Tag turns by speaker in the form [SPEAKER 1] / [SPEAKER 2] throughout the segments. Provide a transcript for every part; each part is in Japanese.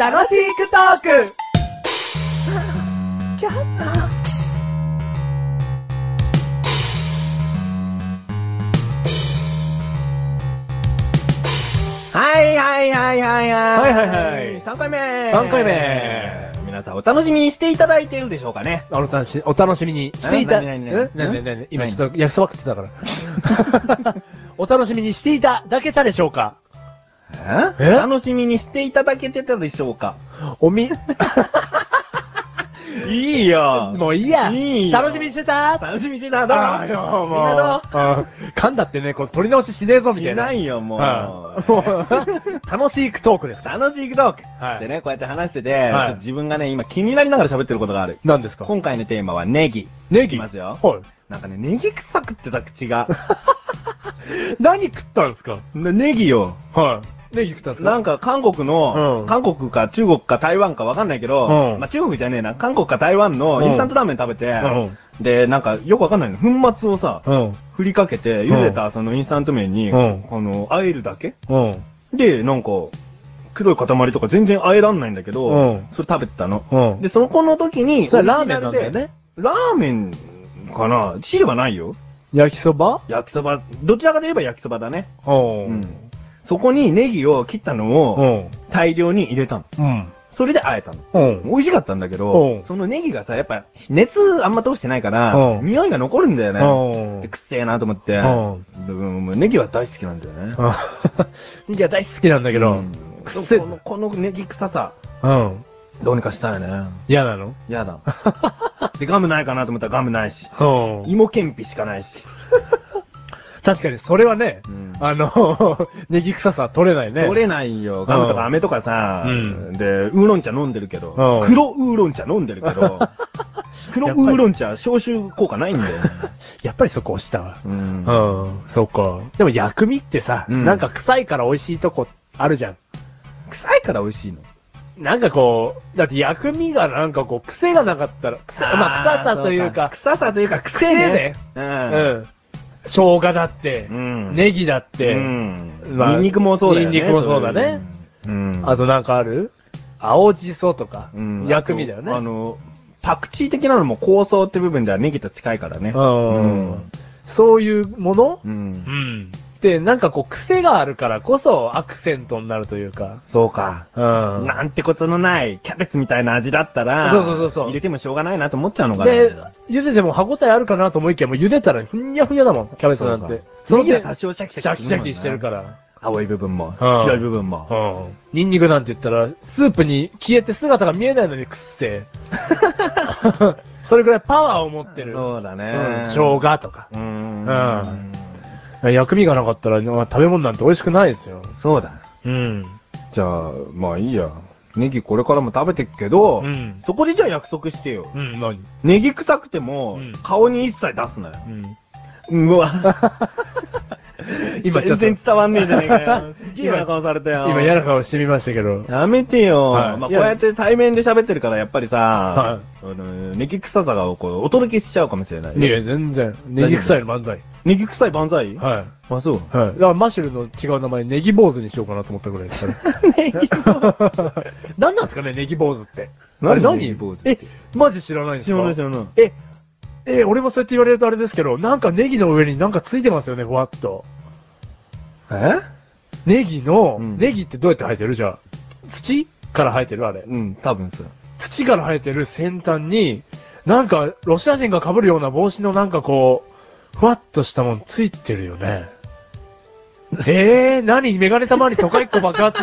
[SPEAKER 1] 楽しくトーク
[SPEAKER 2] はいはいはいはいはい。
[SPEAKER 3] はいはいはい
[SPEAKER 2] 3回目。
[SPEAKER 3] 三回目。
[SPEAKER 2] 皆さんお楽しみにしていただいているでしょうかね。
[SPEAKER 3] お楽しみ、お楽しみにしていた、
[SPEAKER 2] え何何
[SPEAKER 3] え
[SPEAKER 2] 何
[SPEAKER 3] 何何何今
[SPEAKER 2] 何
[SPEAKER 3] ちょっと焼きそば食ってたから。お楽しみにしていただけたでしょうか
[SPEAKER 2] え
[SPEAKER 3] え
[SPEAKER 2] 楽しみにしていただけてたでしょうか
[SPEAKER 3] おみ、
[SPEAKER 2] いいよ
[SPEAKER 3] もういいや。
[SPEAKER 2] いいよ
[SPEAKER 3] 楽しみにしてた
[SPEAKER 2] 楽しみにしてた
[SPEAKER 3] あ
[SPEAKER 2] だ
[SPEAKER 3] ー
[SPEAKER 2] ろ
[SPEAKER 3] よ
[SPEAKER 2] みんなどう
[SPEAKER 3] もううん。噛んだってね、これ取り直ししねえぞみた
[SPEAKER 2] い
[SPEAKER 3] いな。
[SPEAKER 2] ないよ、も
[SPEAKER 3] うん
[SPEAKER 2] う。
[SPEAKER 3] もう、楽しいトークですか
[SPEAKER 2] 楽しいトーク。
[SPEAKER 3] はい
[SPEAKER 2] でね、こうやって話してて、
[SPEAKER 3] はい
[SPEAKER 2] ちょっと自分がね、今気になりながら喋ってることがある。
[SPEAKER 3] 何ですか
[SPEAKER 2] 今回のテーマはネギ。
[SPEAKER 3] ネ
[SPEAKER 2] いき
[SPEAKER 3] ギ
[SPEAKER 2] ますよ
[SPEAKER 3] はい。
[SPEAKER 2] なんかね、ネギ臭くってさ、口が。
[SPEAKER 3] 何食ったんですか
[SPEAKER 2] なネギよ。
[SPEAKER 3] はい。ネギ食ったんです
[SPEAKER 2] な
[SPEAKER 3] か
[SPEAKER 2] んか韓国の、
[SPEAKER 3] うん
[SPEAKER 2] 韓国か中国か台湾かわかんないけど、
[SPEAKER 3] うん
[SPEAKER 2] まあ中国じゃねえな、韓国か台湾のインスタントラーメン食べて、
[SPEAKER 3] うん
[SPEAKER 2] で、なんかよくわかんないの、粉末をさ、
[SPEAKER 3] うん。
[SPEAKER 2] 振りかけて、茹でたそのインスタント麺に、
[SPEAKER 3] うん
[SPEAKER 2] あの、あえるだけ
[SPEAKER 3] うん。
[SPEAKER 2] で、なんか、黒い塊とか全然あえらんないんだけど、
[SPEAKER 3] うん
[SPEAKER 2] それ食べてたの。
[SPEAKER 3] うん。
[SPEAKER 2] で、そこの時に、
[SPEAKER 3] それはラーメンなんだよね。
[SPEAKER 2] オリジナルで。ラーメンかな汁はないよ。
[SPEAKER 3] 焼きそば
[SPEAKER 2] 焼きそば、どちらかで言えば焼きそばだね。
[SPEAKER 3] う
[SPEAKER 2] うん。そこにネギを切ったの
[SPEAKER 3] う
[SPEAKER 2] を
[SPEAKER 3] ん。
[SPEAKER 2] 大量に入れたの。
[SPEAKER 3] うん。
[SPEAKER 2] それであえたの。
[SPEAKER 3] うん。
[SPEAKER 2] 美味しかったんだけ
[SPEAKER 3] う
[SPEAKER 2] ど
[SPEAKER 3] ん、
[SPEAKER 2] そのネギがさ、やっぱ熱あんま通してないから、
[SPEAKER 3] うん
[SPEAKER 2] 匂いが残るんだよね。
[SPEAKER 3] うん
[SPEAKER 2] でくっせえなと思って、
[SPEAKER 3] う
[SPEAKER 2] うんネギは大好きなんだよね。
[SPEAKER 3] ネギは大好きなんだ
[SPEAKER 2] け
[SPEAKER 3] けど、くっせえ
[SPEAKER 2] この、このネギ臭さ、
[SPEAKER 3] うん。
[SPEAKER 2] どうにかしたいね。
[SPEAKER 3] 嫌なの
[SPEAKER 2] や だ。で、ガムないかなと思ったらガムないし。
[SPEAKER 3] うん。
[SPEAKER 2] 芋けんぴしかないし。
[SPEAKER 3] 確かにそれはね
[SPEAKER 2] うん、
[SPEAKER 3] あの、 ネギ臭さは取れないね。
[SPEAKER 2] 取れないよ。ガムとか飴とかさ、
[SPEAKER 3] うん
[SPEAKER 2] で、ウーロン茶飲んでるけど、
[SPEAKER 3] うん
[SPEAKER 2] 黒ウーロン茶飲んでるけ ど、黒ウーロン茶消臭効果ないんだよね。
[SPEAKER 3] やっぱりそこ押したわ。
[SPEAKER 2] うん
[SPEAKER 3] うん。そうか。でも薬味ってさ、
[SPEAKER 2] うん
[SPEAKER 3] なんか臭いから美味しいとこあるじゃん。
[SPEAKER 2] 臭いから美味しいの。
[SPEAKER 3] なんかこう、だって薬味がなんかこう、癖がなかったら、臭、まあ、臭さというか、
[SPEAKER 2] 臭さというか、癖ね。う。
[SPEAKER 3] うんん。生姜だって
[SPEAKER 2] う、ん。
[SPEAKER 3] ネギだっ
[SPEAKER 2] う
[SPEAKER 3] て、
[SPEAKER 2] ん。
[SPEAKER 3] まあ
[SPEAKER 2] ニンニクもそうだよね。
[SPEAKER 3] ニンニクもそうだね
[SPEAKER 2] そういう。うん。
[SPEAKER 3] あとなんかある青じそとか、
[SPEAKER 2] うん
[SPEAKER 3] 薬味だよね
[SPEAKER 2] あ。とあの、パクチー的なのも構想って部分ではネギと近いからね。
[SPEAKER 3] うんそういうもの
[SPEAKER 2] う。
[SPEAKER 3] うんん。で、なんかこう、癖があるからこそアクセントになるというか。
[SPEAKER 2] そうか。
[SPEAKER 3] うん。
[SPEAKER 2] なんてことのない、キャベツみたいな味だったら、
[SPEAKER 3] そうそうそうそう
[SPEAKER 2] 入れてもしょうがないなと思っちゃうのかな。
[SPEAKER 3] で、茹でても歯応えあるかなと思いきや、もう茹でたらふにゃふにゃだもん、キャベツなん
[SPEAKER 2] そう
[SPEAKER 3] て
[SPEAKER 2] か。
[SPEAKER 3] その
[SPEAKER 2] ネギは
[SPEAKER 3] 点、
[SPEAKER 2] 多
[SPEAKER 3] シ
[SPEAKER 2] 少シャキシ
[SPEAKER 3] ャ
[SPEAKER 2] ャキ
[SPEAKER 3] キシャキしてる
[SPEAKER 2] ら。
[SPEAKER 3] から。
[SPEAKER 2] 青い部分も、白い部分も。
[SPEAKER 3] うん。ニンニクなんて言ったら、スープに消えて姿が見えないのにくっせ え。それぐらいパワーを持ってる。
[SPEAKER 2] そうだね。
[SPEAKER 3] うん生姜とか。
[SPEAKER 2] うーん。
[SPEAKER 3] うん薬味がなかったら、まあ食べ物なんて美味しくないですよ。
[SPEAKER 2] そうだ。
[SPEAKER 3] うん。
[SPEAKER 2] じゃあ、まあいいや。ネギこれからも食べてくけど、
[SPEAKER 3] うん。
[SPEAKER 2] そこでじゃあ約束してよ。
[SPEAKER 3] うん、何
[SPEAKER 2] ネギ臭くても、
[SPEAKER 3] うん
[SPEAKER 2] 顔に一切出すなよ。
[SPEAKER 3] うん。
[SPEAKER 2] うわ。
[SPEAKER 3] 今ちょっと、
[SPEAKER 2] 全然伝わんねえじゃねえかよ。 すげえ
[SPEAKER 3] 今
[SPEAKER 2] な顔されたよ。
[SPEAKER 3] 今嫌な顔してみましたけど。
[SPEAKER 2] やめてよ。
[SPEAKER 3] はい
[SPEAKER 2] まあ、
[SPEAKER 3] い
[SPEAKER 2] こう
[SPEAKER 3] や
[SPEAKER 2] やって対面で喋ってるから、やっぱりさ、あのネギ臭さがこうお届けしちゃうかもしれない
[SPEAKER 3] い
[SPEAKER 2] よ。
[SPEAKER 3] や、全然。ネギ臭いの漫才。
[SPEAKER 2] ネギ臭い万歳
[SPEAKER 3] はい。
[SPEAKER 2] あ、そう。
[SPEAKER 3] はい。だから、マシュルの違う名前、ネギ坊主にしようかなと思ったぐらいですから。ネギ坊主 何なんですかね、ネギ坊主って。
[SPEAKER 2] 何
[SPEAKER 3] あれ
[SPEAKER 2] ネギ坊主
[SPEAKER 3] え、マジ知らないんです
[SPEAKER 2] 知
[SPEAKER 3] から
[SPEAKER 2] ない知らない。
[SPEAKER 3] え、え、俺もそうやって言われるとあれですけど、なんかネギの上になんかついてますよね、ふわっと。
[SPEAKER 2] え
[SPEAKER 3] ネギの、
[SPEAKER 2] うん
[SPEAKER 3] ネギってどうやって生えてるじゃあ。土から生えてるあれ。
[SPEAKER 2] うん、多分そう。
[SPEAKER 3] 土から生えてる先端に、なんか、ロシア人が被るような帽子のなんかこう、ふわっとしたもんついてるよね。えー、何メガネたまに都会っ子 爆発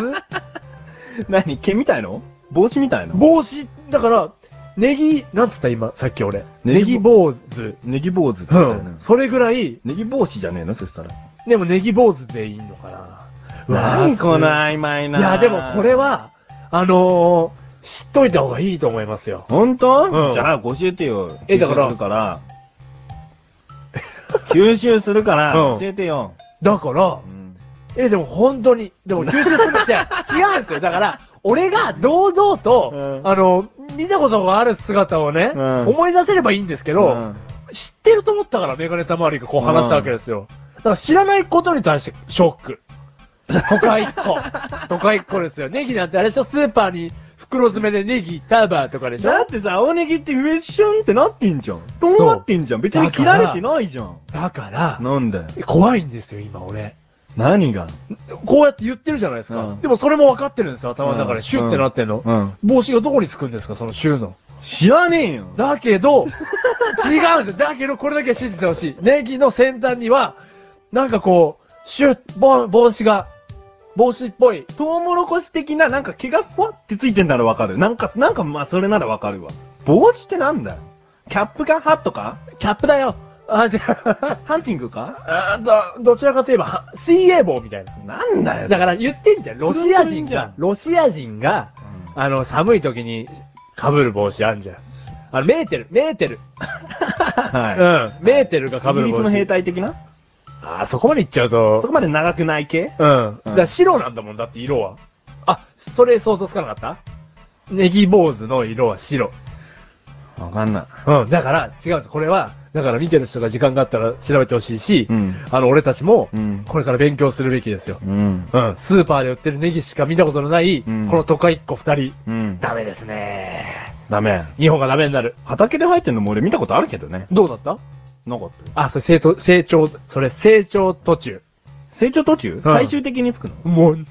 [SPEAKER 2] 何毛みたいの帽子みたいの
[SPEAKER 3] 帽子、だから、ネギ、なんつった今、さっき俺。
[SPEAKER 2] ネ
[SPEAKER 3] ネ
[SPEAKER 2] ギ
[SPEAKER 3] ギ坊主。
[SPEAKER 2] ネギ坊主って
[SPEAKER 3] う
[SPEAKER 2] 言ったよね
[SPEAKER 3] ん。それぐらい、
[SPEAKER 2] ネギ帽子じゃねえのそしたら。
[SPEAKER 3] でもネギ坊主でいいのかな。うわー
[SPEAKER 2] 何この
[SPEAKER 3] す
[SPEAKER 2] 曖昧な。
[SPEAKER 3] いや、でもこれ。は、あのー、知っといた方がいいと思いますよ。
[SPEAKER 2] 本当、
[SPEAKER 3] うん
[SPEAKER 2] じゃあ、教えてよ。
[SPEAKER 3] えだから
[SPEAKER 2] 吸収するから。吸収するから、
[SPEAKER 3] うん
[SPEAKER 2] 教えてよ。
[SPEAKER 3] だから、
[SPEAKER 2] うん
[SPEAKER 3] え、でも本当に、で も吸収するのじゃ違うんですよ。だから、俺が堂々と、
[SPEAKER 2] うん
[SPEAKER 3] あの、見たことがある姿をね、
[SPEAKER 2] うん
[SPEAKER 3] 思い出せればいいんですけど、
[SPEAKER 2] うん
[SPEAKER 3] 知ってると思ったからメガネたまわりがこう話したわけですよ。だから知らないことに対してショック。都会 っ子。都会っ子ですよ。ネギなんてあれでしょスーパーに袋詰めでネギ、ターバーとかでしょ
[SPEAKER 2] だってさ、青ネギって上シュンってなってんじゃん。どうなってんじゃん。別に切られてないじゃん。
[SPEAKER 3] だから、
[SPEAKER 2] なんだよ。
[SPEAKER 3] 怖いんですよ、今俺。
[SPEAKER 2] 何が
[SPEAKER 3] こうやって言ってるじゃないですか。
[SPEAKER 2] うん
[SPEAKER 3] でもそれも分かってるんですよ、頭の中
[SPEAKER 2] う
[SPEAKER 3] で。
[SPEAKER 2] ん
[SPEAKER 3] シュってなってんの。
[SPEAKER 2] うん。
[SPEAKER 3] 帽子がどこにつくんですか、そのシュの。
[SPEAKER 2] 知らねえよ。
[SPEAKER 3] だけど、違うんですよ。だけど、これだけは信じてほしい。ネギの先端には、なんかこう、シュッ、ぼ帽子が、帽子っぽい。
[SPEAKER 2] トウモロコシ的な、なんか毛がふわってついてんならわかる。なんか、なんかまあそれならわかるわ。帽子ってなんだよキャップかハットか
[SPEAKER 3] キャップだよ。あ、じゃあ、
[SPEAKER 2] ハンティングか
[SPEAKER 3] あどどちらかといえば、水泳帽みたいな。
[SPEAKER 2] なんだよ。
[SPEAKER 3] だから言ってんじゃん。ロシア人が、ロシア人が、
[SPEAKER 2] う
[SPEAKER 3] あの、寒い時に被る帽子あんじゃん。あの、メーテル、メーテル。
[SPEAKER 2] んは
[SPEAKER 3] う
[SPEAKER 2] い。
[SPEAKER 3] ん。メーテルが被
[SPEAKER 2] イギ
[SPEAKER 3] る
[SPEAKER 2] リス
[SPEAKER 3] 帽
[SPEAKER 2] の兵
[SPEAKER 3] 子。
[SPEAKER 2] 隊的な
[SPEAKER 3] あー、そこまで行っちゃう
[SPEAKER 2] そ
[SPEAKER 3] と。
[SPEAKER 2] こまで長くない系
[SPEAKER 3] うん。だ
[SPEAKER 2] うん
[SPEAKER 3] から白なんだもん、だって色は。あ、それ想像つかなかったネギ坊主の色は白。
[SPEAKER 2] わかんない。
[SPEAKER 3] うん。だから、違うんです。これは、だから見てる人が時間があったら調べてほしいし、
[SPEAKER 2] うん。
[SPEAKER 3] あの、俺たちも
[SPEAKER 2] う、ん。
[SPEAKER 3] これから勉強するべきですよ。
[SPEAKER 2] うん。
[SPEAKER 3] うん。スーパーで売ってるネギしか見たことのない、こ
[SPEAKER 2] うん
[SPEAKER 3] の都会っ子二人。
[SPEAKER 2] うん。
[SPEAKER 3] ダメですね。
[SPEAKER 2] ダメ。
[SPEAKER 3] 日本がダメになる。
[SPEAKER 2] 畑で生えてんのも俺見たことあるけどね。
[SPEAKER 3] どうだった
[SPEAKER 2] なかったよ。
[SPEAKER 3] あ、それ成長、成長、それ成長途中。
[SPEAKER 2] 成長途中最終的につくの
[SPEAKER 3] もん、
[SPEAKER 2] ん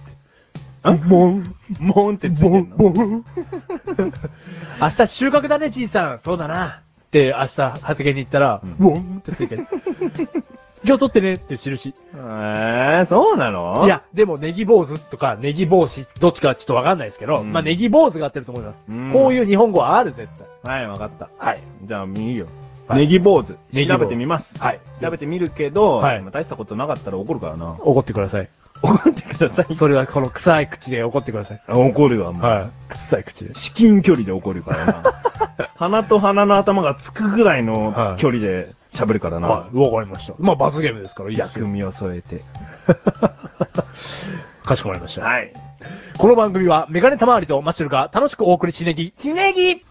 [SPEAKER 3] もん、
[SPEAKER 2] モーンってついて
[SPEAKER 3] も
[SPEAKER 2] ん
[SPEAKER 3] ん、
[SPEAKER 2] の
[SPEAKER 3] もん。明日収穫だね、じいさん。そうだな。で、明日畑に行ったら
[SPEAKER 2] うん、
[SPEAKER 3] も、んってつい てる。今日取ってねっていう印。
[SPEAKER 2] えー、そうなの
[SPEAKER 3] い、や、でもネギ坊主とかネギ帽子、どっちかはちょっとわかんないですけど、
[SPEAKER 2] うん
[SPEAKER 3] まあネギ坊主が合ってると思います。
[SPEAKER 2] うん
[SPEAKER 3] こういう日本語はある、絶対。
[SPEAKER 2] はい、わかった。
[SPEAKER 3] はい。
[SPEAKER 2] じゃあ、いいよ。
[SPEAKER 3] はい
[SPEAKER 2] ネギ坊主。
[SPEAKER 3] ネギ坊
[SPEAKER 2] 調
[SPEAKER 3] 主
[SPEAKER 2] べてみます。
[SPEAKER 3] はい
[SPEAKER 2] 調べてみるけど、
[SPEAKER 3] はい
[SPEAKER 2] まあ大したことなかったら怒るからな。
[SPEAKER 3] 怒ってください。
[SPEAKER 2] 怒ってください。
[SPEAKER 3] それはこの臭い口で怒ってください。
[SPEAKER 2] 怒るわ、もう。
[SPEAKER 3] はい。臭い口で。
[SPEAKER 2] 至近距離で怒るからな。鼻と鼻の頭がつくぐらいの距離で喋るからな。
[SPEAKER 3] はい、わかりました。まあ、罰ゲームですから、いいです
[SPEAKER 2] 薬
[SPEAKER 3] よ。
[SPEAKER 2] 味を添えて。
[SPEAKER 3] かしこまりました。
[SPEAKER 2] はい。
[SPEAKER 3] この番組は、メガネたまわりとマッシュルが楽しくお送りしねぎ。
[SPEAKER 2] ちねぎ